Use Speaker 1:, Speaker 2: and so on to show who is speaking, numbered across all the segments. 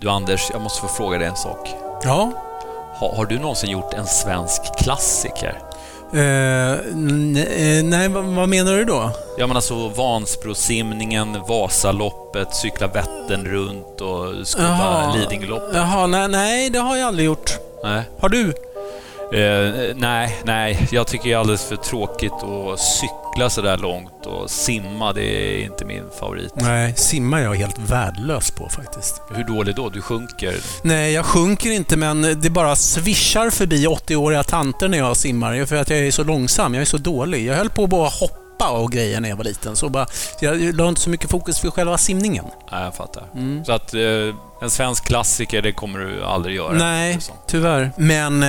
Speaker 1: Du Anders, jag måste få fråga dig en sak.
Speaker 2: Ja,
Speaker 1: Har, har du någonsin gjort en svensk klassiker?
Speaker 2: eh, n- eh, nej, vad, vad menar du då?
Speaker 1: Jag menar så alltså, Vansbrosimningen, Vasaloppet, cykla Vättern runt och skudda
Speaker 2: Jaha.
Speaker 1: Lidingöloppet.
Speaker 2: Jaha, nej, nej, det har jag aldrig gjort.
Speaker 1: Nej.
Speaker 2: Har du?
Speaker 1: Eh, nej, nej. Jag tycker det är alldeles för tråkigt att cykla så där långt och simma, det är inte min favorit.
Speaker 2: Nej, simmar jag helt värdelös på faktiskt.
Speaker 1: Hur dålig då? Du sjunker.
Speaker 2: Nej, jag sjunker inte men det bara svischar förbi 80-åriga tanter när jag simmar. För att jag är så långsam, jag är så dålig. Jag höll på att bara hoppa och grejer när jag var liten. Så bara, så jag la inte så mycket fokus för själva simningen.
Speaker 1: Nej, jag fattar.
Speaker 2: Mm.
Speaker 1: Så att eh, en svensk klassiker, det kommer du aldrig göra.
Speaker 2: Nej,
Speaker 1: Så.
Speaker 2: tyvärr. Men eh,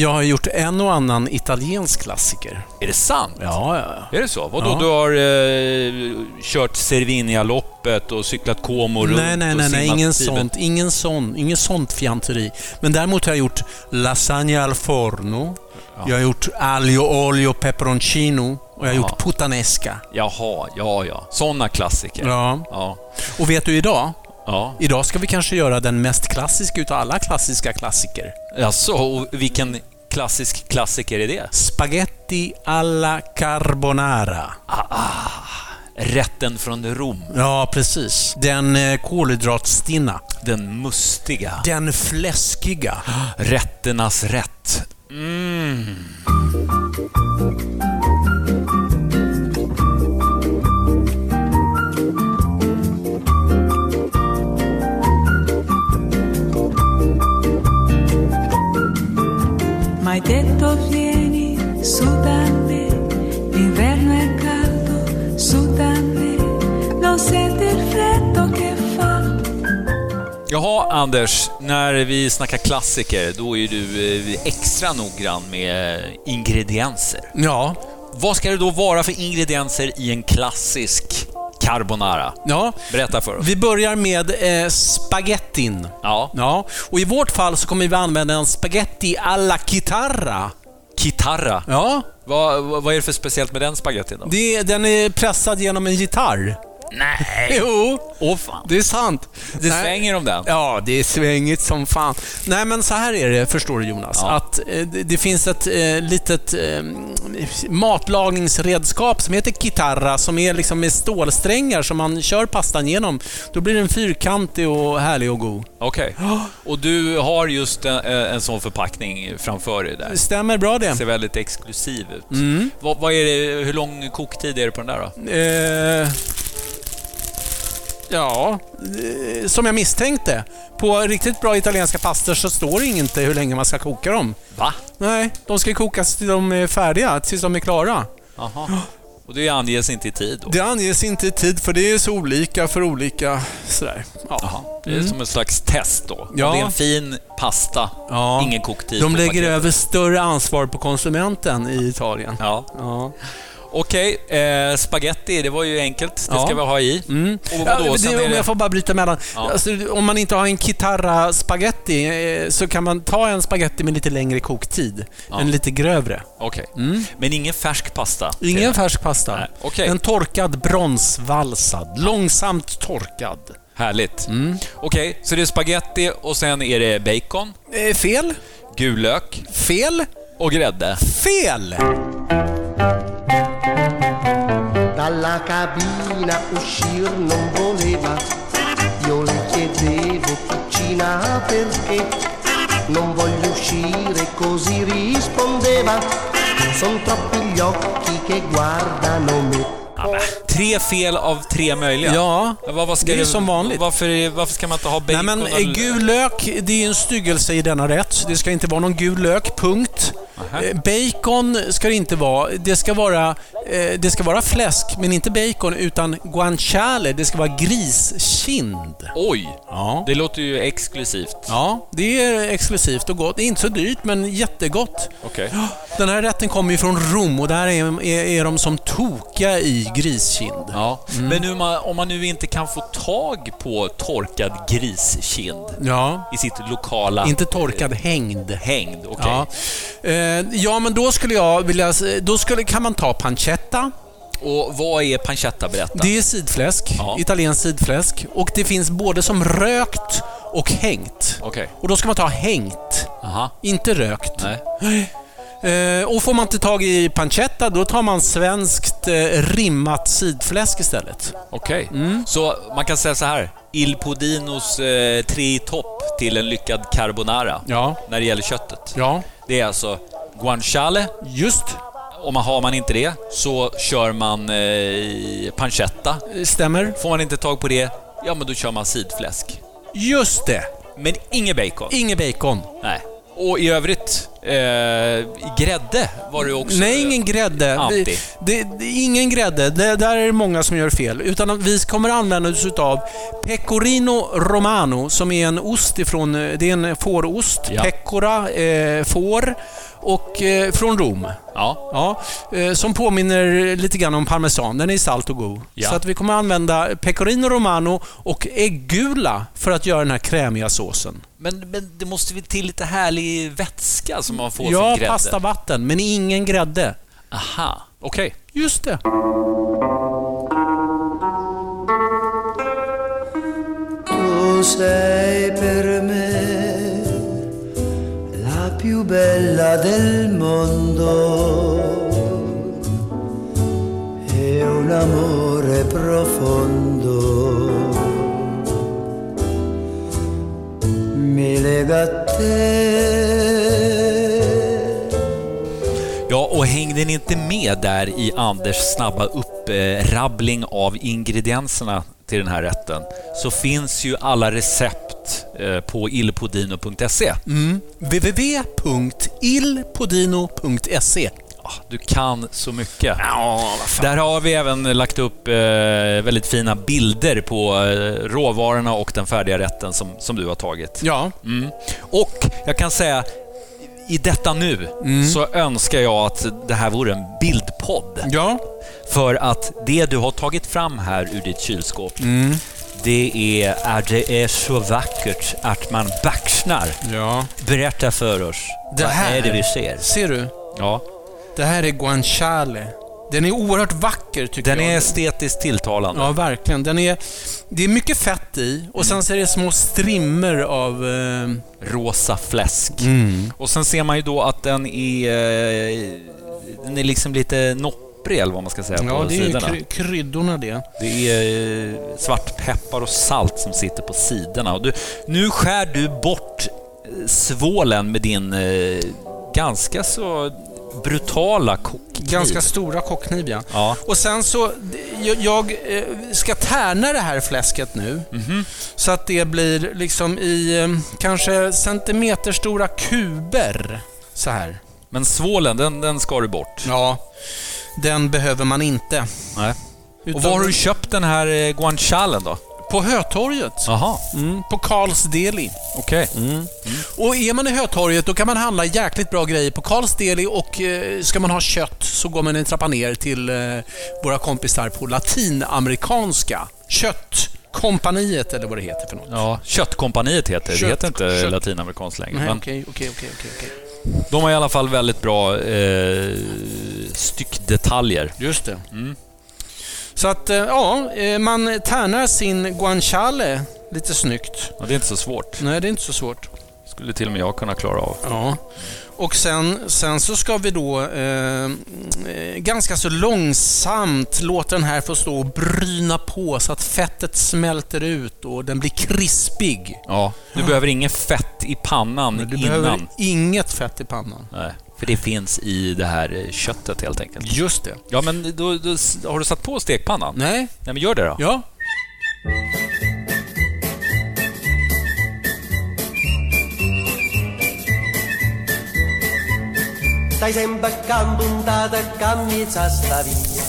Speaker 2: jag har gjort en och annan italiensk klassiker.
Speaker 1: Är det sant?
Speaker 2: Ja, ja, ja.
Speaker 1: Är det så? Vadå,
Speaker 2: Ja.
Speaker 1: du har eh, kört Cervinia-loppet och cyklat Como runt
Speaker 2: Nej, nej,
Speaker 1: och
Speaker 2: nej, nej
Speaker 1: simmat
Speaker 2: ingen,
Speaker 1: Tibet?
Speaker 2: sånt, ingen, sån, ingen sånt fianteri. Men däremot har jag gjort lasagna al forno,
Speaker 1: Ja.
Speaker 2: jag har gjort aglio olio peperoncino och jag har
Speaker 1: Ja.
Speaker 2: gjort puttanesca.
Speaker 1: Jaha, ja, ja. Sådana klassiker.
Speaker 2: Ja.
Speaker 1: Ja.
Speaker 2: Och vet du idag?
Speaker 1: ja.
Speaker 2: Idag ska vi kanske göra den mest klassiska utav alla klassiska klassiker.
Speaker 1: Jaså, och vilken klassisk klassiker är det?
Speaker 2: Spaghetti alla carbonara.
Speaker 1: Rätten från Rom.
Speaker 2: Ja, precis. Den eh, kolhydratstinna.
Speaker 1: Den mustiga.
Speaker 2: Den fläskiga.
Speaker 1: Rätternas rätt. Mm.
Speaker 3: Ma hai detto vieni su da me, l'inverno è caldo, su da me, lo senti il freddo che fa.
Speaker 1: Jaha, Anders. När vi snackar klassiker, då är du eh, extra noggrann med eh, ingredienser.
Speaker 2: Ja,
Speaker 1: Vad ska det då vara för ingredienser i en klassisk carbonara?
Speaker 2: ja.
Speaker 1: Berätta för oss.
Speaker 2: Vi börjar med eh, spagettin.
Speaker 1: Ja.
Speaker 2: Ja, och i vårt fall så kommer vi använda en spaghetti alla chitarra.
Speaker 1: Kitarra.
Speaker 2: Ja,
Speaker 1: Vad, vad vad är det för speciellt med den spagettin då?
Speaker 2: det, den är pressad genom en gitarr.
Speaker 1: Nej!
Speaker 2: Jo,
Speaker 1: Åh fan.
Speaker 2: det är sant.
Speaker 1: Det
Speaker 2: Nej.
Speaker 1: svänger om den.
Speaker 2: Ja, det är svängigt som fan. Nej, men så här är det, förstår du Jonas.
Speaker 1: Ja.
Speaker 2: Att eh, det, det finns ett eh, litet eh, matlagningsredskap som heter kitarra som är liksom med stålsträngar som man kör pastan genom. Då blir den fyrkantig och härlig och god.
Speaker 1: Okej. Och du har just en, eh, en sån förpackning framför dig där.
Speaker 2: Stämmer bra det?
Speaker 1: Den ser väldigt exklusiv ut.
Speaker 2: Mm.
Speaker 1: Vad, vad är det, hur lång koktid är det på den där då?
Speaker 2: Eh, ja, eh, som jag misstänkte. På riktigt bra italienska pastor så står det inte hur länge man ska koka dem.
Speaker 1: Va?
Speaker 2: Nej, de ska kokas tills de är färdiga, tills de är klara.
Speaker 1: Jaha. Och det anges inte i tid då?
Speaker 2: Det anges inte i tid för det är så olika för olika sådär. Ja. Mm.
Speaker 1: Jaha. Det är som en slags test då.
Speaker 2: Ja.
Speaker 1: Om det är en fin pasta,
Speaker 2: Ja.
Speaker 1: ingen koktid
Speaker 2: De
Speaker 1: på
Speaker 2: lägger
Speaker 1: paketet.
Speaker 2: över större ansvar på konsumenten i Italien.
Speaker 1: Ja.
Speaker 2: Ja.
Speaker 1: Okej, eh, spaghetti, det var ju enkelt. Det
Speaker 2: Ja.
Speaker 1: ska vi ha i.
Speaker 2: Mm.
Speaker 1: Och
Speaker 2: Ja,
Speaker 1: vadå,
Speaker 2: men
Speaker 1: sen
Speaker 2: det,
Speaker 1: är
Speaker 2: om
Speaker 1: det-
Speaker 2: jag får bara bryta emellan.
Speaker 1: Ja.
Speaker 2: Alltså, om man inte har en kitarra spaghetti eh, så kan man ta en spaghetti med lite längre koktid.
Speaker 1: Ja.
Speaker 2: En lite grövre.
Speaker 1: Okej. Men ingen färsk pasta?
Speaker 2: Mm. Ingen
Speaker 1: Ser jag.
Speaker 2: färsk pasta.
Speaker 1: Nej, okej.
Speaker 2: En torkad bronsvalsad. Långsamt torkad.
Speaker 1: Härligt.
Speaker 2: Mm.
Speaker 1: Okej, så det är spaghetti och sen är det bacon,
Speaker 2: Eh, fel.
Speaker 1: gul lök
Speaker 2: Fel.
Speaker 1: och grädde.
Speaker 2: Fel!
Speaker 4: dalla cabina uscir non voleva. Io le chiedevo piccina perché non voglio uscire, così rispondeva. Son troppi gli occhi che guardano me.
Speaker 1: Tre fel av tre möjliga.
Speaker 2: Ja,
Speaker 1: Vad- vad ska
Speaker 2: det är som vanligt.
Speaker 1: Varför, varför ska man inte ha
Speaker 2: Nej
Speaker 1: bacon?
Speaker 2: men
Speaker 1: och-
Speaker 2: eh, gul lök, det är ju en styggelse i denna rätt. Det ska inte vara någon gul lök, punkt.
Speaker 1: Aha.
Speaker 2: Eh, Bacon ska det inte vara. Det ska vara, eh, det ska vara fläsk, men inte bacon, utan guanciale. Det ska vara griskind.
Speaker 1: Oj!
Speaker 2: Ja.
Speaker 1: Det låter ju exklusivt.
Speaker 2: Ja, det är exklusivt och gott. Det är inte så dyrt, men jättegott.
Speaker 1: Okej.
Speaker 2: Ja, Den här rätten kommer ju från Rom och där är, är, är de som tokiga i griskind.
Speaker 1: Ja.
Speaker 2: Mm.
Speaker 1: Men nu, man- om man nu inte kan få tag på torkad griskind
Speaker 2: Ja.
Speaker 1: i sitt lokala
Speaker 2: Inte torkad, hängd.
Speaker 1: hängd, okej.
Speaker 2: Ja. Eh, ja, men då skulle jag vilja... s- Då skulle, kan man ta pancetta.
Speaker 1: Och vad är pancetta? Berätta.
Speaker 2: Det är sidfläsk.
Speaker 1: Ja.
Speaker 2: Italienskt sidfläsk. Och det finns både som rökt och hängt.
Speaker 1: Okej.
Speaker 2: Och då ska man ta hängt,
Speaker 1: Aha.
Speaker 2: inte rökt.
Speaker 1: Nej.
Speaker 2: Eh, och får man inte tag i pancetta, då tar man svenskt eh, rimmat sidfläsk istället.
Speaker 1: Okej.
Speaker 2: Mm.
Speaker 1: Så man kan säga så här. Il Podinos eh, tre i topp till en lyckad carbonara
Speaker 2: Ja.
Speaker 1: när det gäller köttet.
Speaker 2: Ja.
Speaker 1: Det är alltså guanciale.
Speaker 2: Just.
Speaker 1: Om man har man inte det så kör man eh, i pancetta.
Speaker 2: eh, Stämmer.
Speaker 1: Får man inte tag på det, ja men då kör man sidfläsk.
Speaker 2: Just det.
Speaker 1: Men inget bacon.
Speaker 2: Inget bacon.
Speaker 1: Nej. Och i övrigt, eh, grädde var det också.
Speaker 2: Nej, ingen grädde.
Speaker 1: Anti.
Speaker 2: Vi, det, det, ingen grädde. Det, där är det många som gör fel. Utan vi kommer använda oss utav pecorino romano, som är en ost ifrån... Det är en fårost.
Speaker 1: Ja.
Speaker 2: Pecora, eh, får. Och eh, från Rom.
Speaker 1: Ja.
Speaker 2: Ja, eh, som påminner lite grann om parmesan. Den är salt och god.
Speaker 1: Ja.
Speaker 2: Så att vi kommer använda pecorino romano och äggula för att göra den här krämiga såsen.
Speaker 1: Men, men det måste väl till lite härlig vätska som man får
Speaker 2: Ja,
Speaker 1: från grädde?
Speaker 2: pasta vatten, men ingen grädde.
Speaker 1: Aha, okej.
Speaker 2: Just det.
Speaker 5: tu sei per me la più bella del mondo e un amore profondo mi lega a te.
Speaker 1: Ja, och hängde ni inte med där i Anders snabba upprabbling av ingredienserna till den här rätten så finns ju alla recept eh, på illpodino.se.
Speaker 2: www.illpodino.se
Speaker 1: Ah, Du kan så mycket. Där har vi även lagt upp eh, väldigt fina bilder på eh, råvarorna och den färdiga rätten som, som du har tagit.
Speaker 2: Ja,
Speaker 1: Mm. Och jag kan säga, i detta nu så önskar jag att det här vore en bildpodd.
Speaker 2: ja,
Speaker 1: För att det du har tagit fram här ur ditt kylskåp, det är att det är så vackert att man baxnar.
Speaker 2: ja.
Speaker 1: Berätta för oss,
Speaker 2: Det
Speaker 1: vad
Speaker 2: här-
Speaker 1: är det vi ser?
Speaker 2: Ser du?
Speaker 1: Ja.
Speaker 2: Det här är guanciale. Den är oerhört vacker tycker
Speaker 1: Den
Speaker 2: jag.
Speaker 1: är estetiskt tilltalande.
Speaker 2: Ja, verkligen. Den är, det är mycket fett i och sen så är det små strimmor av... Eh,
Speaker 1: rosa fläsk.
Speaker 2: Mm.
Speaker 1: Och sen ser man ju då att den är, eh, den är liksom lite nopprig eller vad man ska säga
Speaker 2: ja,
Speaker 1: på
Speaker 2: det är ju
Speaker 1: sidorna.
Speaker 2: kry- kryddorna det.
Speaker 1: det är eh, svartpeppar och salt som sitter på sidorna. Och du, nu skär du bort eh, svålen med din eh, ganska så brutala kockkniv.
Speaker 2: Ganska stora kockkniv, ja.
Speaker 1: Ja.
Speaker 2: Och sen så... Jag, jag eh, ska tärna det här fläsket nu. Så att det blir liksom i eh, kanske centimeterstora kuber. Så här.
Speaker 1: Men svålen, den, den skar du bort.
Speaker 2: Ja, den behöver man inte.
Speaker 1: Nej.
Speaker 2: Utan
Speaker 1: Och var har du köpt den här eh, guancialen då?
Speaker 2: På Hötorget.
Speaker 1: Jaha,
Speaker 2: Mm, på Karls Deli.
Speaker 1: okej.
Speaker 2: Och är man i Hötorget då kan man handla jäkligt bra grejer på Karls Deli och eh, ska man ha kött så går man en trappa ner till eh, våra kompisar på Latinamerikanska Köttkompaniet eller vad det heter för något.
Speaker 1: Ja, Köttkompaniet heter det.
Speaker 2: Kött-
Speaker 1: Det heter inte
Speaker 2: kött-
Speaker 1: latinamerikanskt längre.
Speaker 2: Nej,
Speaker 1: men-
Speaker 2: okej, okej, okej, okej, okej.
Speaker 1: De har i alla fall väldigt bra eh, styckdetaljer.
Speaker 2: Just det. Mm. Så att, eh, ja, eh, man tärnar sin guanciale lite snyggt.
Speaker 1: Ja, det är inte så svårt.
Speaker 2: Nej, det är inte så svårt.
Speaker 1: skulle till och med jag kunna klara av.
Speaker 2: Ja. Och sen, sen så ska vi då eh, eh, ganska så långsamt låta den här få stå och bryna på så att fettet smälter ut och den blir krispig.
Speaker 1: Ja, du behöver inget fett i pannan
Speaker 2: Du
Speaker 1: innan.
Speaker 2: behöver inget fett i pannan.
Speaker 1: Nej, för det finns i det här eh, köttet helt enkelt.
Speaker 2: Just det.
Speaker 1: Ja, men då, då, s- har du satt på stekpannan?
Speaker 2: Nej?
Speaker 1: Nej, men gör det då.
Speaker 2: Ja.
Speaker 5: Stai sempre accampantata a camminare sta via.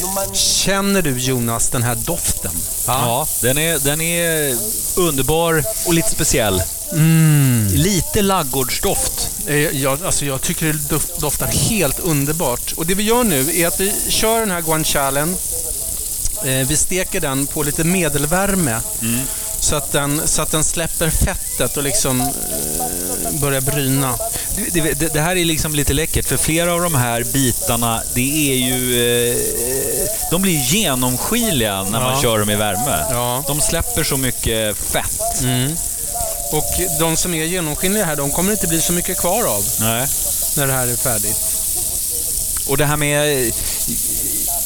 Speaker 5: Non mangi
Speaker 2: Känner du Jonas den här doften?
Speaker 1: Ja, den är, den är eh, underbar och lite speciell.
Speaker 2: Mm.
Speaker 1: Lite laggårdsdoft.
Speaker 2: Eh, Jag, alltså jag tycker det dof- doftar helt underbart. Och det vi gör nu är att vi kör den här guancialen. Eh, Vi steker den på lite medelvärme. Så, att den, så att den släpper fettet och liksom eh, börjar bryna.
Speaker 1: Det, det, det här är liksom lite läckert, för flera av de här bitarna, det är ju... eh, De blir genomskinliga när man
Speaker 2: Ja.
Speaker 1: kör dem i värme.
Speaker 2: Ja. Mm.
Speaker 1: De släpper så mycket fett.
Speaker 2: Och de som är genomskinliga här, de kommer inte bli så mycket kvar av
Speaker 1: Nej.
Speaker 2: när det här är färdigt.
Speaker 1: Och det här med... eh,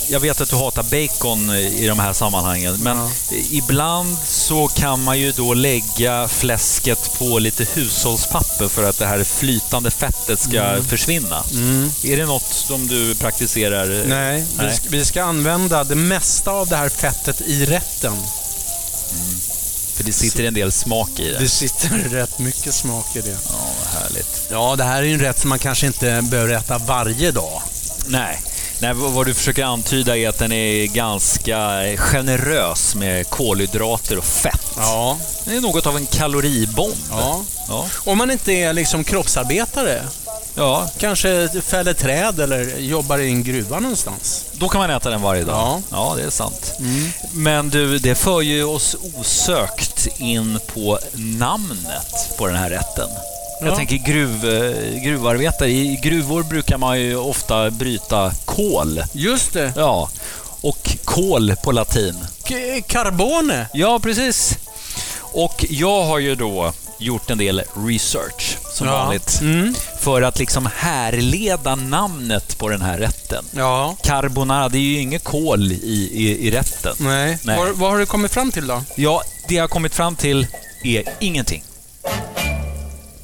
Speaker 1: Jag vet att du hatar bacon eh, i de här sammanhangen, men ibland så kan man ju då lägga fläsket på lite hushållspapper för att det här flytande fettet ska
Speaker 2: Mm.
Speaker 1: försvinna. Är det något som du praktiserar?
Speaker 2: Nej, Vi,
Speaker 1: Eh, Nej.
Speaker 2: ska, vi ska använda det mesta av det här fettet i rätten.
Speaker 1: För det sitter en del smak i det.
Speaker 2: Det sitter rätt mycket smak i det.
Speaker 1: Ja, vad härligt.
Speaker 2: Ja, det här är ju en rätt som man kanske inte behöver äta varje dag.
Speaker 1: Nej. Nej, vad vad du försöker antyda är att den är ganska generös med kolhydrater och fett.
Speaker 2: Ja.
Speaker 1: Det är något av en kaloribomb.
Speaker 2: ja.
Speaker 1: Ja.
Speaker 2: Om man inte är liksom kroppsarbetare,
Speaker 1: ja,
Speaker 2: kanske fäller träd eller jobbar i en gruva någonstans.
Speaker 1: Då kan man äta den varje dag.
Speaker 2: Ja. Mm.
Speaker 1: det är sant. Men du, det för ju oss osökt in på namnet på den här rätten.
Speaker 2: Ja.
Speaker 1: Jag tänker gruv, eh, gruvarbetare. I gruvor brukar man ju ofta bryta kol.
Speaker 2: Just det.
Speaker 1: Ja, och kol på latin.
Speaker 2: K- Carbone.
Speaker 1: Ja, precis. Och jag har ju då gjort en del research, som
Speaker 2: Ja. Mm.
Speaker 1: vanligt, för att liksom härleda namnet på den här rätten.
Speaker 2: Ja.
Speaker 1: Carbonara, det är ju inget kol i, i, i rätten.
Speaker 2: Nej.
Speaker 1: Nej.
Speaker 2: Vad- vad har du kommit fram till då?
Speaker 1: Ja, det jag har kommit fram till är ingenting.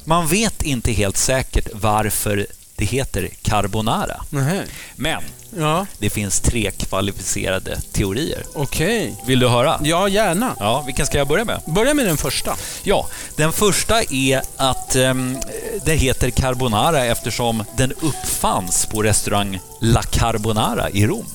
Speaker 1: Man vet inte helt säkert varför det heter carbonara.
Speaker 2: Nej.
Speaker 1: Men
Speaker 2: Ja,
Speaker 1: det finns tre kvalificerade teorier.
Speaker 2: okej.
Speaker 1: Vill du höra?
Speaker 2: Ja, gärna.
Speaker 1: Ja, vilken ska jag börja med?
Speaker 2: Börja med den första.
Speaker 1: Ja, den första är att ehm, det heter carbonara eftersom den uppfanns på restaurang La Carbonara i Rom.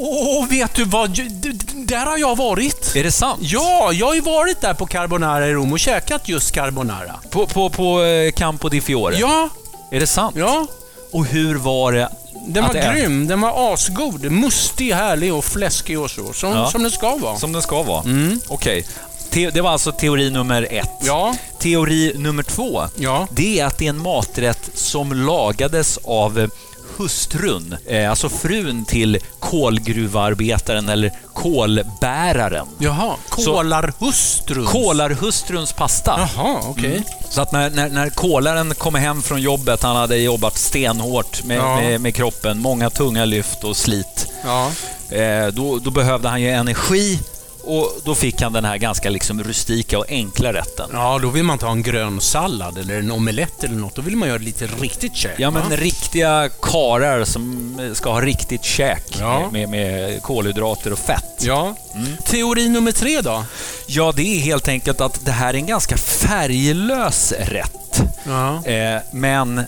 Speaker 2: Åh, vet du vad? Ju- d- d- Där har jag varit.
Speaker 1: Är det sant?
Speaker 2: Ja, jag har ju varit där på Carbonara i Rom och käkat just Carbonara.
Speaker 1: På, på, på eh, Campo di Fiore?
Speaker 2: Ja,
Speaker 1: Är det sant?
Speaker 2: ja.
Speaker 1: Och hur var det
Speaker 2: Den
Speaker 1: att
Speaker 2: var
Speaker 1: äta?
Speaker 2: grym. Den var asgod. Mustig, härlig och fläskig och så. Som,
Speaker 1: Ja.
Speaker 2: som den ska vara.
Speaker 1: Som den ska vara? Okej. Te- Det var alltså teori nummer ett.
Speaker 2: Mm. Ja.
Speaker 1: Teori nummer två,
Speaker 2: Ja.
Speaker 1: det är att det är en maträtt som lagades av eh, hustrun, eh, alltså frun till kolgruvarbetaren eller kolbäraren.
Speaker 2: Jaha. Kolarhustru.
Speaker 1: Kolarhustruns pasta. Mm.
Speaker 2: Jaha, okej.
Speaker 1: Så att när, när, när kolaren kom hem från jobbet, han hade jobbat stenhårt med,
Speaker 2: Ja.
Speaker 1: med, med kroppen, många tunga lyft och slit.
Speaker 2: Ja.
Speaker 1: Eh, då, då behövde han ju energi och då fick han den här ganska liksom rustika och enkla rätten.
Speaker 2: Ja, då vill man ta en grön sallad eller en omelett eller något. Då vill man göra lite riktigt käk.
Speaker 1: Ja, men
Speaker 2: va?
Speaker 1: riktiga karar som eh, ska ha riktigt käk
Speaker 2: Ja.
Speaker 1: med, med kolhydrater och fett.
Speaker 2: ja.
Speaker 1: Mm.
Speaker 2: Teori nummer tre då?
Speaker 1: Ja, det är helt enkelt att det här är en ganska färglös rätt.
Speaker 2: Ja.
Speaker 1: Eh, men eh,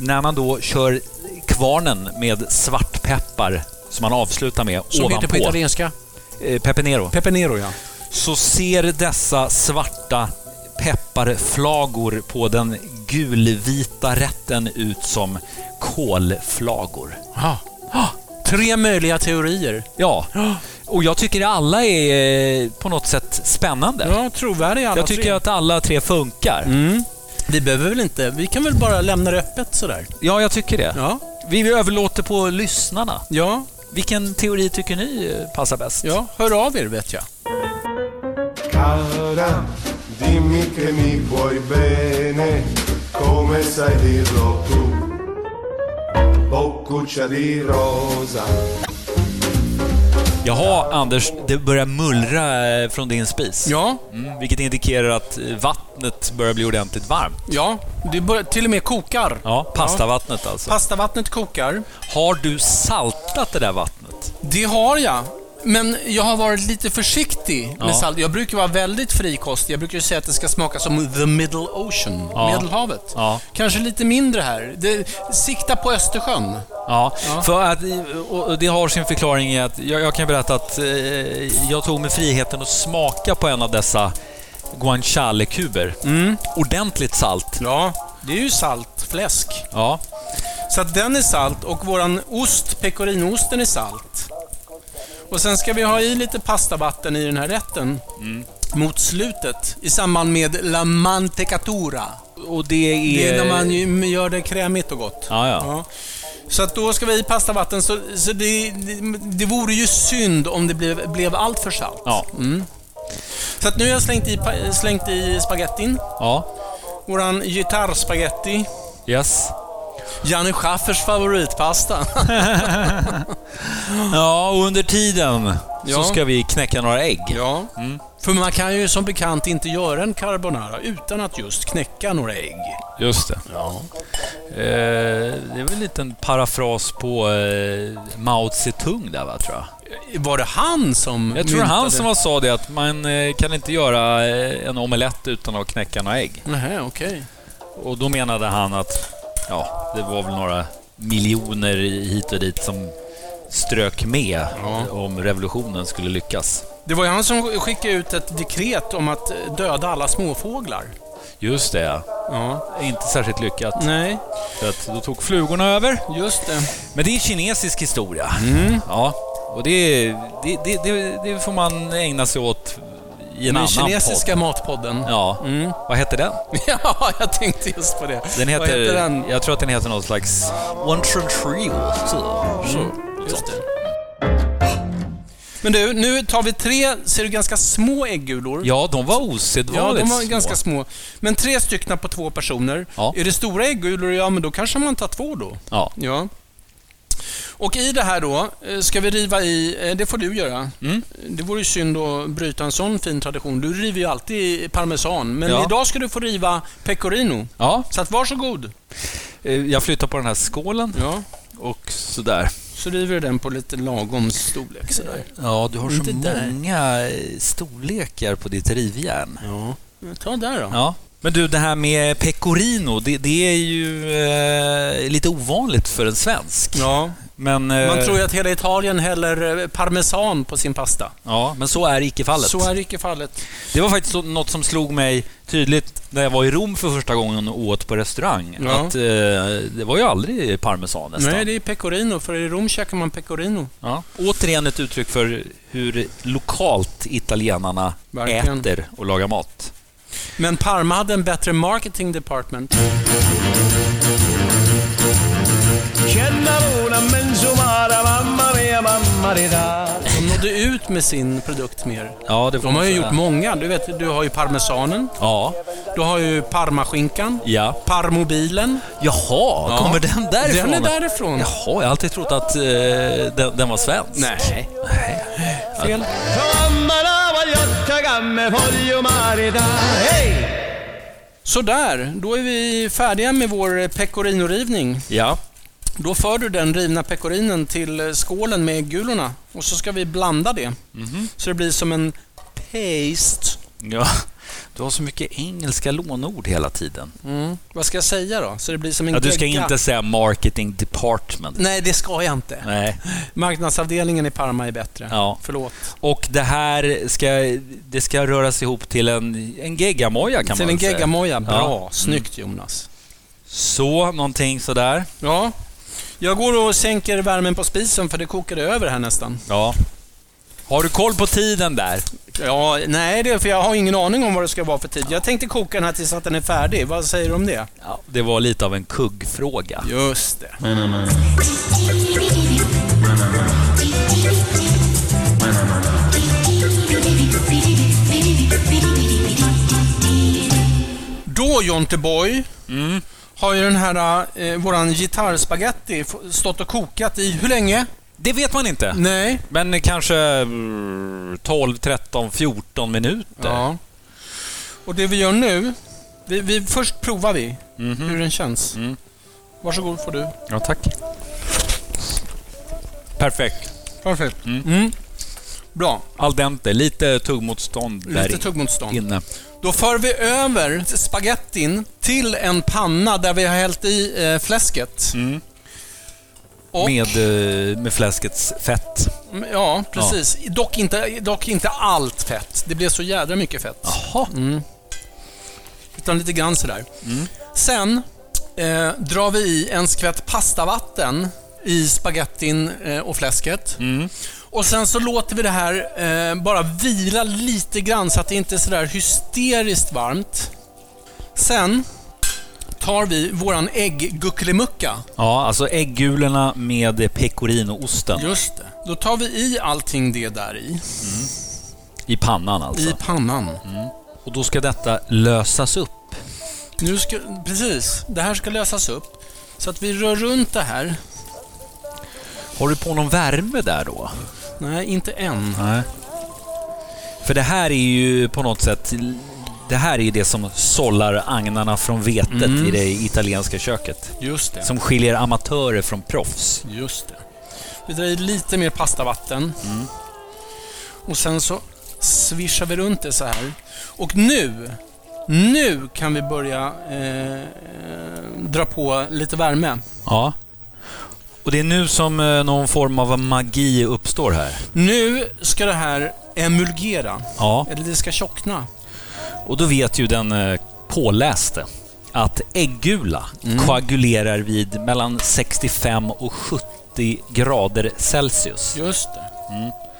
Speaker 1: när man då kör kvarnen med svartpeppar som man avslutar med
Speaker 2: Som heter på
Speaker 1: ovanpå,
Speaker 2: italienska?
Speaker 1: eh, pepenero,
Speaker 2: Pepenero, ja.
Speaker 1: så ser dessa svarta pepparflagor på den gulvita rätten ut som kolflagor.
Speaker 2: Ah. Ah. Tre möjliga teorier.
Speaker 1: Ja, och jag tycker alla är eh, på något sätt spännande.
Speaker 2: Ja, trovärdiga alla
Speaker 1: jag tycker
Speaker 2: tre. Mm.
Speaker 1: att alla tre funkar.
Speaker 2: Vi behöver väl inte... Vi kan väl bara lämna det öppet sådär.
Speaker 1: Ja, jag tycker det.
Speaker 2: Ja.
Speaker 1: Vi överlåter på lyssnarna.
Speaker 2: Ja,
Speaker 1: Vilken teori tycker ni eh, passar bäst?
Speaker 2: ja. Hör av er vet jag.
Speaker 6: Cara, dimmi che mi vuoi bene, come sai dirlo tu. Boccuccia di rosa,
Speaker 1: Jaha, Anders, det börjar mullra eh, från din spis.
Speaker 2: Ja,
Speaker 1: Mm, vilket indikerar att eh, vattnet börjar bli ordentligt varmt.
Speaker 2: ja. Det bör, till och med kokar.
Speaker 1: Ja, pastavattnet alltså.
Speaker 2: Pastavattnet kokar.
Speaker 1: Har du saltat det där vattnet?
Speaker 2: Det har jag. Men jag har varit lite försiktig med
Speaker 1: Ja.
Speaker 2: salt. Jag brukar vara väldigt frikostig. Jag brukar ju säga att det ska smaka som the middle ocean,
Speaker 1: Ja.
Speaker 2: Medelhavet.
Speaker 1: Ja.
Speaker 2: Kanske lite mindre här. Det, sikta på Östersjön.
Speaker 1: Ja, För att, och det har sin förklaring i att jag, jag kan berätta att eh, jag tog mig friheten att smaka på en av dessa guanciale-kuber. Ordentligt salt.
Speaker 2: Ja, det är ju saltfläsk.
Speaker 1: Ja.
Speaker 2: Så att den är salt och våran ost,
Speaker 1: Mm.
Speaker 2: pecorinoosten, är salt. Och sen ska vi ha i lite pastavatten i den här rätten. mot slutet i samband med La Mantecatura.
Speaker 1: Och det är...
Speaker 2: Det är när man ju gör det krämigt och gott.
Speaker 1: Ja, ja.
Speaker 2: Så att då ska vi i pastavatten. Så, så det, det, det vore ju synd om det blev, blev allt för salt.
Speaker 1: Ja.
Speaker 2: Så att nu har jag slängt i, pa- slängt i spagettin.
Speaker 1: ja.
Speaker 2: Våran gitarrspagetti.
Speaker 1: Yes.
Speaker 2: Janne Schaffers favoritpasta.
Speaker 1: Ja, och under tiden så
Speaker 2: Ja.
Speaker 1: ska vi knäcka några ägg.
Speaker 2: ja. Mm. För man kan ju som bekant inte göra en carbonara utan att just knäcka några ägg.
Speaker 1: Just det. Eh, det är väl en liten parafras på eh, Mao Zedong där, va, tror jag.
Speaker 2: Var det han som
Speaker 1: Jag tror
Speaker 2: myntade-
Speaker 1: han som var- sa det, att man eh, kan inte göra eh, en omelett utan att knäcka några ägg.
Speaker 2: Nähä, okej.
Speaker 1: Och då menade han att ja, det var väl några miljoner hit och dit som strök med om revolutionen skulle lyckas.
Speaker 2: Det var ju han som skickade ut ett dekret om att eh, döda alla småfåglar.
Speaker 1: Just det, ja.
Speaker 2: Ja.
Speaker 1: inte särskilt lyckat.
Speaker 2: Nej,
Speaker 1: För att då tog flugorna över.
Speaker 2: just det.
Speaker 1: Men det är kinesisk historia.
Speaker 2: Mm.
Speaker 1: Ja, och det, det, det, det, det får man ägna sig åt i en
Speaker 2: Den
Speaker 1: annan
Speaker 2: kinesiska Mm.
Speaker 1: podd.
Speaker 2: matpodden.
Speaker 1: Ja, vad hette den?
Speaker 2: Ja, jag tänkte just på det.
Speaker 1: Den heter,
Speaker 2: Vad heter den?
Speaker 1: Jag tror att den heter något slags Mm. One True Trio.
Speaker 2: typ.
Speaker 1: Så.
Speaker 2: Just det. Men du, nu tar vi tre, ser du, ganska små äggulor.
Speaker 1: Ja, de var
Speaker 2: Ja,
Speaker 1: osedvanligt
Speaker 2: de var
Speaker 1: små.
Speaker 2: ganska små. Men tre stycken på två personer.
Speaker 1: Ja.
Speaker 2: Är det stora äggulor, ja men då kanske man tar två då.
Speaker 1: Ja.
Speaker 2: Ja. Och i det här då, eh, ska vi riva i, eh, det får du göra.
Speaker 1: Mm.
Speaker 2: Det vore ju synd att bryta en sån fin tradition. Du river ju alltid i parmesan, men
Speaker 1: Ja.
Speaker 2: idag ska du få riva pecorino.
Speaker 1: ja,
Speaker 2: Så att varsågod.
Speaker 1: eh, jag flyttar på den här skålen
Speaker 2: Ja.
Speaker 1: och sådär.
Speaker 2: Så river du den på lite lagom storlek sådär.
Speaker 1: Ja, du har så
Speaker 2: Inte där.
Speaker 1: många eh, storlekar på ditt rivjärn.
Speaker 2: Ja. Ta där då.
Speaker 1: Ja. Men du, det här med pecorino, det, det är ju eh, lite ovanligt för en svensk.
Speaker 2: Ja.
Speaker 1: Men, eh,
Speaker 2: Man tror ju att hela Italien häller eh, parmesan på sin pasta.
Speaker 1: ja, men så är icke fallet.
Speaker 2: Så är icke fallet.
Speaker 1: Det var faktiskt så- något som slog mig tydligt när jag var i Rom för första gången och åt på restaurang.
Speaker 2: Ja.
Speaker 1: Att, eh, det var ju aldrig parmesan nästan.
Speaker 2: Nej, det är pecorino, för i Rom käkar man pecorino.
Speaker 1: Ja. Återigen ett uttryck för hur lokalt italienarna
Speaker 2: Verkligen.
Speaker 1: äter och lagar mat.
Speaker 2: Men Parma hade en bättre marketing department.
Speaker 5: una menzumara, mamma mia, mamma mia.
Speaker 2: De nådde ut med sin produkt mer.
Speaker 1: Ja, det får
Speaker 2: De har
Speaker 1: man
Speaker 2: ju
Speaker 1: säga.
Speaker 2: gjort många. Du vet, du har ju parmesanen,
Speaker 1: Ja.
Speaker 2: du har ju parmaskinkan,
Speaker 1: ja.
Speaker 2: parmobilen.
Speaker 1: Jaha,
Speaker 2: Ja.
Speaker 1: kommer den därifrån?
Speaker 2: Den är därifrån.
Speaker 1: Jaha, jag har alltid trott att eh, den, den var svensk.
Speaker 2: Nej. Fel.
Speaker 5: Mamma la voglio attaccarmi, voglio maritare. Hey!
Speaker 2: Sådär, då är vi färdiga med vår eh, pecorino-rivning.
Speaker 1: Ja.
Speaker 2: Då för du den rivna pecorinen till eh, skålen med äggulorna och så ska vi blanda det.
Speaker 1: Mhm.
Speaker 2: Så det blir som en paste.
Speaker 1: ja. Du har så mycket engelska lånord hela tiden.
Speaker 2: Mm. Vad ska jag säga då? Så det blir som en
Speaker 1: Ja, du ska
Speaker 2: gegga.
Speaker 1: inte säga marketing department.
Speaker 2: Nej, det ska jag inte.
Speaker 1: Nej.
Speaker 2: Marknadsavdelningen i Parma är bättre.
Speaker 1: Ja.
Speaker 2: Förlåt.
Speaker 1: Och det här ska, det ska röras ihop till en, en geggamoja kan
Speaker 2: Till
Speaker 1: man
Speaker 2: en
Speaker 1: väl säga.
Speaker 2: geggamoja. Bra.
Speaker 1: Ja. Mm.
Speaker 2: Snyggt Jonas.
Speaker 1: Så, någonting sådär.
Speaker 2: Ja. Jag går och sänker värmen på spisen för det kokar över här nästan.
Speaker 1: Ja. Har du koll på tiden där?
Speaker 2: Ja, nej, det är för jag har ingen aning om vad det ska vara för tid. Jag tänkte koka den här tills att den är färdig. Vad säger du om det?
Speaker 1: Ja, det var lite av en kuggfråga.
Speaker 2: Just det. Då Jonteboy har ju den här, eh, våran gitarrspagetti f- stått och kokat i hur länge?
Speaker 1: Det vet man inte.
Speaker 2: Nej.
Speaker 1: Men kanske mm, 12, 13, 14 minuter.
Speaker 2: Ja. Och det vi gör nu, vi, vi först provar vi hur den känns. Varsågod får du.
Speaker 1: Ja, tack. Perfekt.
Speaker 2: Perfekt. Mm. Bra,
Speaker 1: Al dente, lite tuggmotstånd där
Speaker 2: lite tuggmotstånd.
Speaker 1: inne.
Speaker 2: Då för vi över spagettin till en panna där vi har hällt i eh, fläsket. Och,
Speaker 1: Med, eh, med fläskets fett.
Speaker 2: Mm, Ja, precis. Dock, inte, dock inte allt fett. Det blev så jädra mycket fett. Mm.
Speaker 1: Jaha.
Speaker 2: Utan lite grann sådär. Sen eh, drar vi i en skvätt pastavatten i spagettin eh, och fläsket. Och sen så låter vi det här eh, bara vila lite grann så att det inte är sådär hysteriskt varmt. Sen tar vi våran äggguckelimucka.
Speaker 1: Ja, alltså äggulorna med pecorinoosten
Speaker 2: Just det. Då tar vi i allting det där i.
Speaker 1: i pannan alltså.
Speaker 2: I pannan.
Speaker 1: Och då ska detta lösas upp.
Speaker 2: Nu ska, precis, det här ska lösas upp. Så att vi rör runt det här.
Speaker 1: Har du på någon värme där då?
Speaker 2: Nej, inte än.
Speaker 1: Nej. För det här är ju på något sätt... Det här är ju det som sållar agnarna från vetet
Speaker 2: Mm.
Speaker 1: i det italienska köket.
Speaker 2: Just det.
Speaker 1: Som skiljer amatörer från proffs.
Speaker 2: Just det. Vi drar i lite mer pastavatten. Och sen så swishar vi runt det så här. Och nu, nu kan vi börja eh, dra på lite värme.
Speaker 1: Ja. Och det är nu som eh, någon form av magi uppstår här.
Speaker 2: Nu ska det här emulgera.
Speaker 1: Ja.
Speaker 2: Eller det ska tjockna.
Speaker 1: Och då vet ju den eh, påläste att äggula
Speaker 2: Mm.
Speaker 1: koagulerar vid mellan 65 och 70 grader Celsius.
Speaker 2: Just det.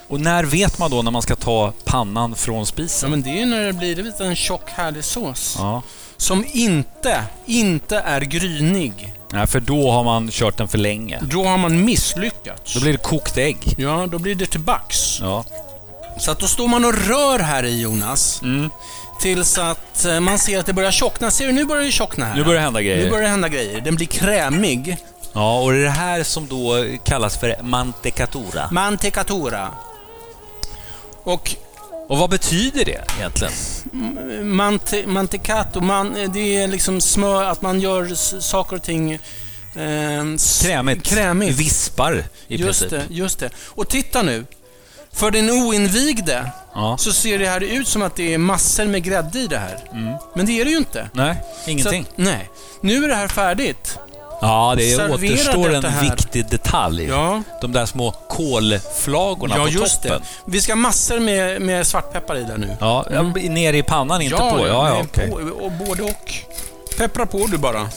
Speaker 1: Och när vet man då när man ska ta pannan från
Speaker 2: Ja,
Speaker 1: spisen?
Speaker 2: men det är ju när det blir lite en tjock härlig sås.
Speaker 1: Ja.
Speaker 2: Som inte, inte är grynig.
Speaker 1: Nej, för då har man kört den för länge.
Speaker 2: Då har man misslyckats.
Speaker 1: Då blir det kokt ägg.
Speaker 2: Ja, då blir det tillbaks.
Speaker 1: Ja.
Speaker 2: Så att då står man och rör här i Jonas.
Speaker 1: Mm.
Speaker 2: Tills att eh, man ser att det börjar tjockna. Ser du, nu börjar det tjockna här.
Speaker 1: Nu börjar det hända
Speaker 2: Nu
Speaker 1: grejer.
Speaker 2: börjar det hända grejer. Den blir krämig.
Speaker 1: Ja, och det är det här som då kallas för mantecatura.
Speaker 2: Mantecatura. Och
Speaker 1: Och vad betyder det egentligen?
Speaker 2: eh, mante, mantecato, man, eh, det är liksom smör, att man gör s- saker och ting... Eh, s-
Speaker 1: Krämigt.
Speaker 2: Krämigt.
Speaker 1: Vispar i
Speaker 2: just
Speaker 1: princip.
Speaker 2: det, just det. Och titta nu. För den oinvigde
Speaker 1: Ja.
Speaker 2: så ser det här ut som att det är massor med grädde i det här. Men det är det ju inte.
Speaker 1: Mm. Nej, ingenting.
Speaker 2: Så att, nej. Nu är det här färdigt.
Speaker 1: Ja, det
Speaker 2: Servera
Speaker 1: återstår en
Speaker 2: detta här.
Speaker 1: viktig detalj.
Speaker 2: Ja.
Speaker 1: De där små kolflagorna
Speaker 2: Ja,
Speaker 1: på
Speaker 2: just
Speaker 1: toppen.
Speaker 2: det. Vi ska ha massor med, med svartpeppar i där nu.
Speaker 1: Ja,
Speaker 2: Mm.
Speaker 1: ner i pannan, inte på. Ja, ja,
Speaker 2: men
Speaker 1: okej.
Speaker 2: på, och både och. Peppra på du bara.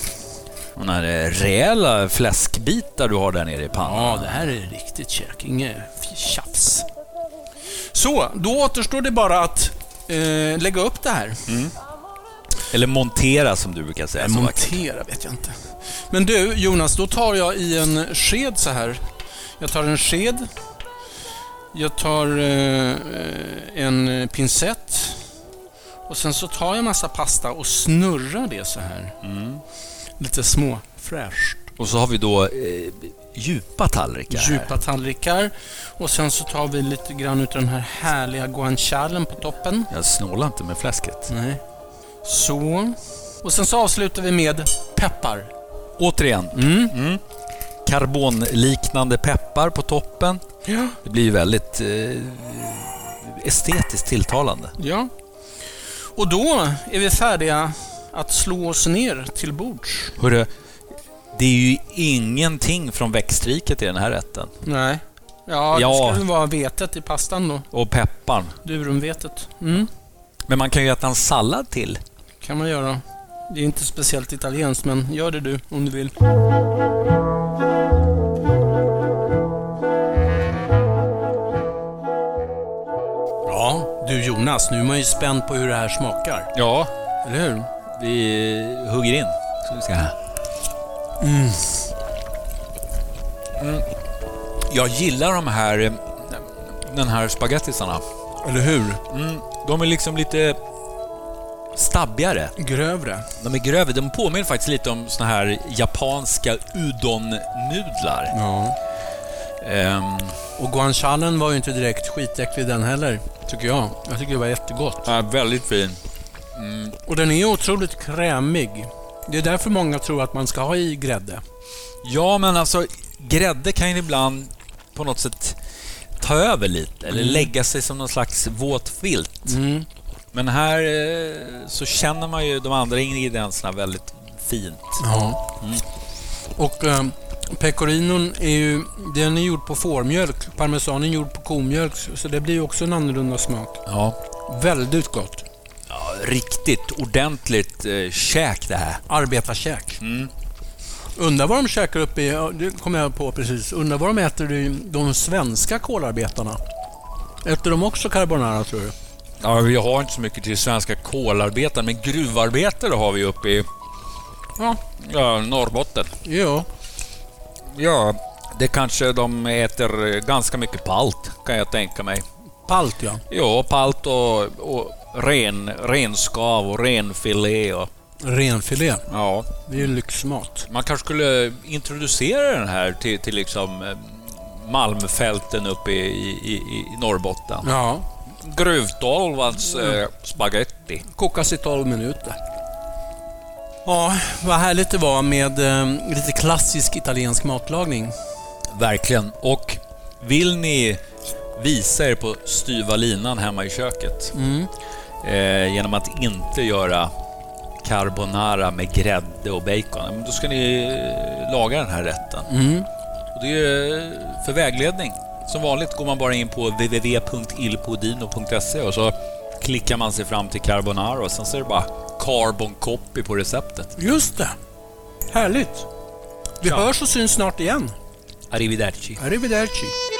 Speaker 1: De här eh, rejäla fläskbitar du har där nere i pannan.
Speaker 2: Ja, det här är riktigt käk. Inget f- tjafs. Så, då återstår det bara att eh, lägga upp det här.
Speaker 1: Eller montera som du brukar säga. så vackert.
Speaker 2: Montera vet jag inte. Men du, Jonas, då tar jag i en sked så här. Jag tar en sked. Jag tar eh, eh, en pincett. Och sen så tar jag massa pasta och snurrar det så här. Lite små, fräscht.
Speaker 1: Och så har vi då eh, djupa tallrikar. här.
Speaker 2: Djupa tallrikar. Och sen så tar vi lite grann utav den här härliga guancialen på toppen.
Speaker 1: Jag snålar inte med fläsket.
Speaker 2: Nej. Så. Och sen så avslutar vi med peppar.
Speaker 1: Återigen,
Speaker 2: Mm.
Speaker 1: karbonliknande peppar på toppen.
Speaker 2: Ja.
Speaker 1: Det blir ju väldigt eh, estetiskt tilltalande.
Speaker 2: Ja. Och då är vi färdiga att slå oss ner till bords.
Speaker 1: Hörru, det är ju ingenting från växtriket i den här rätten.
Speaker 2: Nej. Ja,
Speaker 1: Ja.
Speaker 2: det ska väl vara vetet i pastan då.
Speaker 1: Och pepparn.
Speaker 2: Durumvetet. Mm,
Speaker 1: Men man kan ju äta en sallad till.
Speaker 2: kan man göra. Det är inte speciellt italienskt, men gör det du om du vill. Ja, du Jonas, nu är man ju spänd på hur det här smakar.
Speaker 1: Ja.
Speaker 2: Eller hur?
Speaker 1: Vi hugger in. Så vi ska här. Mm. Jag gillar de här, eh, den här spagettisarna.
Speaker 2: Eller hur?
Speaker 1: Mm. De är liksom lite stabbigare.
Speaker 2: Grövre.
Speaker 1: De är grövre. De påminner faktiskt lite om såna här japanska udon-nudlar.
Speaker 2: Ja.
Speaker 1: Ehm,
Speaker 2: Och guancialen var ju inte direkt skitäcklig den heller, tycker jag. Jag tycker det var jättegott.
Speaker 1: ja, väldigt fin.
Speaker 2: Och den är otroligt krämig. Det är därför många tror att man ska ha i grädde.
Speaker 1: Ja, men alltså grädde kan ju ibland på något sätt ta över lite eller lägga sig som någon slags våt filt. Men här eh, så känner man ju de andra ingredienserna väldigt fint.
Speaker 2: Ja. Mm. Och eh, pecorinon är ju, den är gjord på fårmjölk. Parmesanen är gjord på komjölk, så det blir ju också en annorlunda smak.
Speaker 1: Ja.
Speaker 2: Väldigt gott.
Speaker 1: Riktigt ordentligt eh, käk det här.
Speaker 2: Mm. Arbetarkäk. Undrar vad de käkar uppe i... ja, Det kom jag på precis. Undrar vad de äter i de svenska kolarbetarna. Äter de också carbonara tror du?
Speaker 1: Ja, vi har inte så mycket till svenska kolarbetare, men gruvarbetare har vi uppe i
Speaker 2: Ja.
Speaker 1: ja, Norrbotten.
Speaker 2: Jo.
Speaker 1: Ja, det kanske de äter eh, ganska mycket palt, kan jag tänka mig.
Speaker 2: Palt ja.
Speaker 1: Ja, palt och, och ren, renskav och renfilé. Och,
Speaker 2: Renfilé.
Speaker 1: ja.
Speaker 2: Det är ju lyxmat.
Speaker 1: Man kanske skulle introducera den här till, till liksom eh, malmfälten uppe i, i, i- i Norrbotten.
Speaker 2: Ja.
Speaker 1: Gruvtolvans eh, spaghetti.
Speaker 2: Kokas i 12 minuter. Ja, vad härligt det var med eh, lite klassisk italiensk matlagning.
Speaker 1: Verkligen. Och vill ni visa er på styva linan hemma i köket eh, genom att inte göra carbonara med grädde och bacon, ja, men då ska ni eh, laga den här rätten. Och det är eh, för vägledning. Som vanligt går man bara in på www.ilpodino.se och så klickar man sig fram till carbonara och sen så är det bara carbon copy på receptet.
Speaker 2: Just det. Härligt. Vi
Speaker 1: Ja.
Speaker 2: hörs och syns snart igen.
Speaker 1: Arrivederci.
Speaker 2: Arrivederci.